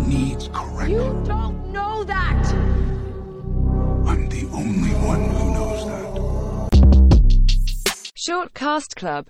needs correcting. You don't know that! I'm the only one who knows that. Short Cast Club